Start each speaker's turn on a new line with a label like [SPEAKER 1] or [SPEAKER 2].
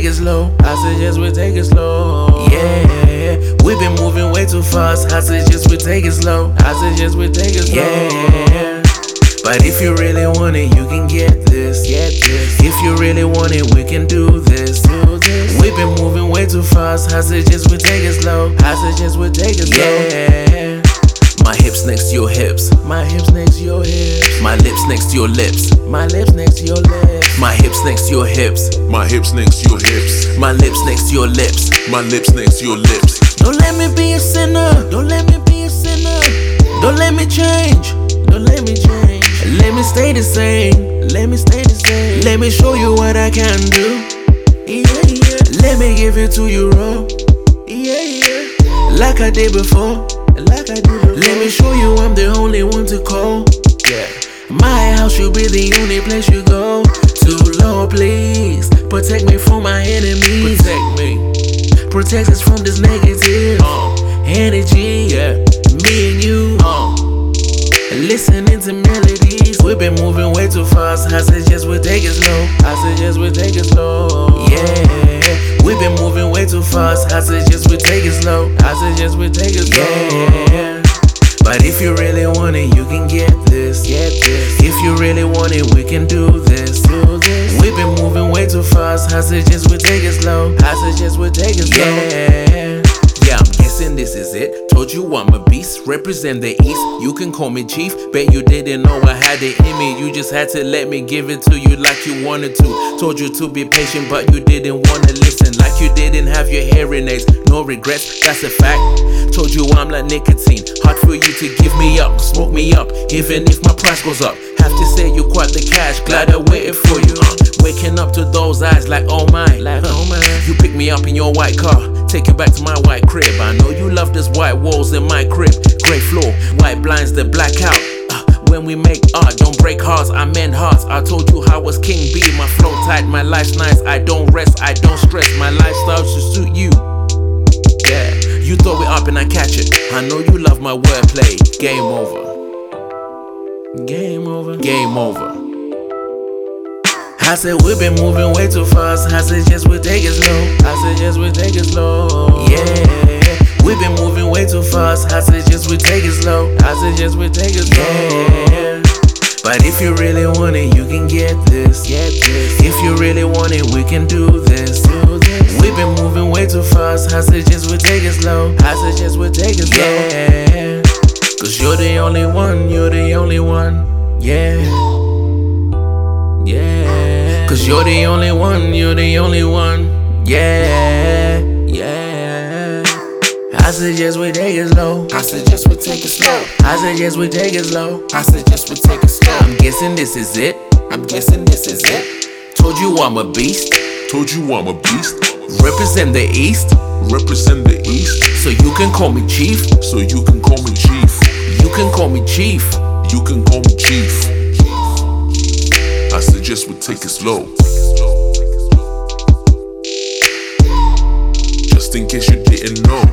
[SPEAKER 1] I suggest we take it slow. Yeah, we been moving way too fast. I suggest we take it slow. I suggest we take it slow. Yeah, but if you really want it, you can get this. Get this. If you really want it, we can do this. Do this. We been moving way too fast. I suggest we take it slow. I suggest we take it slow. Yeah. My hips next to your hips. My hips next to your hips. My lips next to your lips. My lips next to your lips. My hips next to your hips.
[SPEAKER 2] My hips next to your hips.
[SPEAKER 1] My lips next to your lips.
[SPEAKER 2] My lips next to your lips.
[SPEAKER 1] Don't let me be a sinner. Don't let me be a sinner. Don't let me change. Don't let me change. Let me stay the same. Let me stay the same. Let me show you what I can do. Yeah, yeah. Let me give it to you raw. Yeah, yeah. Like I did before. Like I did before. Let me show you I'm the only one to call. Yeah. My house should be the only place you go. To Lord, please protect me from my enemies. Protect me. Protect us from this negative uh, energy. Yeah. Me and you. Uh, listening to melodies. We've been moving way too fast. I suggest we take it slow. I suggest we take it slow. Yeah. We've been moving way too fast. I suggest we take it slow. I suggest we take it slow. Yeah. But if you really want it, you can get this. Get this. If you really want it, we can do this. Do this. We've been moving way too fast. I suggest we take it slow. I suggest we take it slow. Yeah. Yeah, I'm guessing this is it. Told you I'm a beast, represent the east. You can call me chief. Bet you didn't know I had it in me. You just had to let me give it to you like you wanted to. Told you to be patient, but you didn't wanna listen. Like you didn't have your hearing aids. No regrets, that's a fact. Told you I'm like nicotine. Hard for you to give me up, smoke me up, even if my price goes up. Have to say you quite the cash, glad I waited for you. Uh, waking up to those eyes like oh my, like oh my. You pick me up in your white car, take it back to my white crib. I know you love this white walls in my crib, grey floor, white blinds that black out. Uh, when we make art, don't break hearts, I mend hearts. I told you how was King B, my flow tight, my life's nice. I don't rest, I don't stress, my lifestyle should suit you. Yeah, you throw it up and I catch it. I know you love my wordplay. Game over. Game over. Game over. I said we've been moving way too fast. I suggest we take it slow. I suggest we take it slow. Yeah, we've been moving way too fast. I suggest we take it slow. I suggest we take it slow. Yeah. But if you really want it, you can get this. Get this. If you really want it, we can do this. Do this. We've been moving way too fast. I suggest we take it slow. I suggest we take it slow. Yeah. Cause you're the only one, you're the only one. Yeah. Yeah. Cause you're the only one, you're the only one. Yeah. Yeah. I suggest we take it slow.
[SPEAKER 3] I suggest we take it slow.
[SPEAKER 1] I suggest we take it slow.
[SPEAKER 3] I suggest we take it slow.
[SPEAKER 1] I'm guessing this is it.
[SPEAKER 3] I'm guessing this is it.
[SPEAKER 1] Told you I'm a beast.
[SPEAKER 2] Told you I'm a beast.
[SPEAKER 1] Represent the East.
[SPEAKER 2] Represent the east,
[SPEAKER 1] So you can call me Chief.
[SPEAKER 2] so you can call me chief.
[SPEAKER 1] You can call me Chief.
[SPEAKER 2] You can call me chief. I suggest we take it slow. Just in case you didn't know.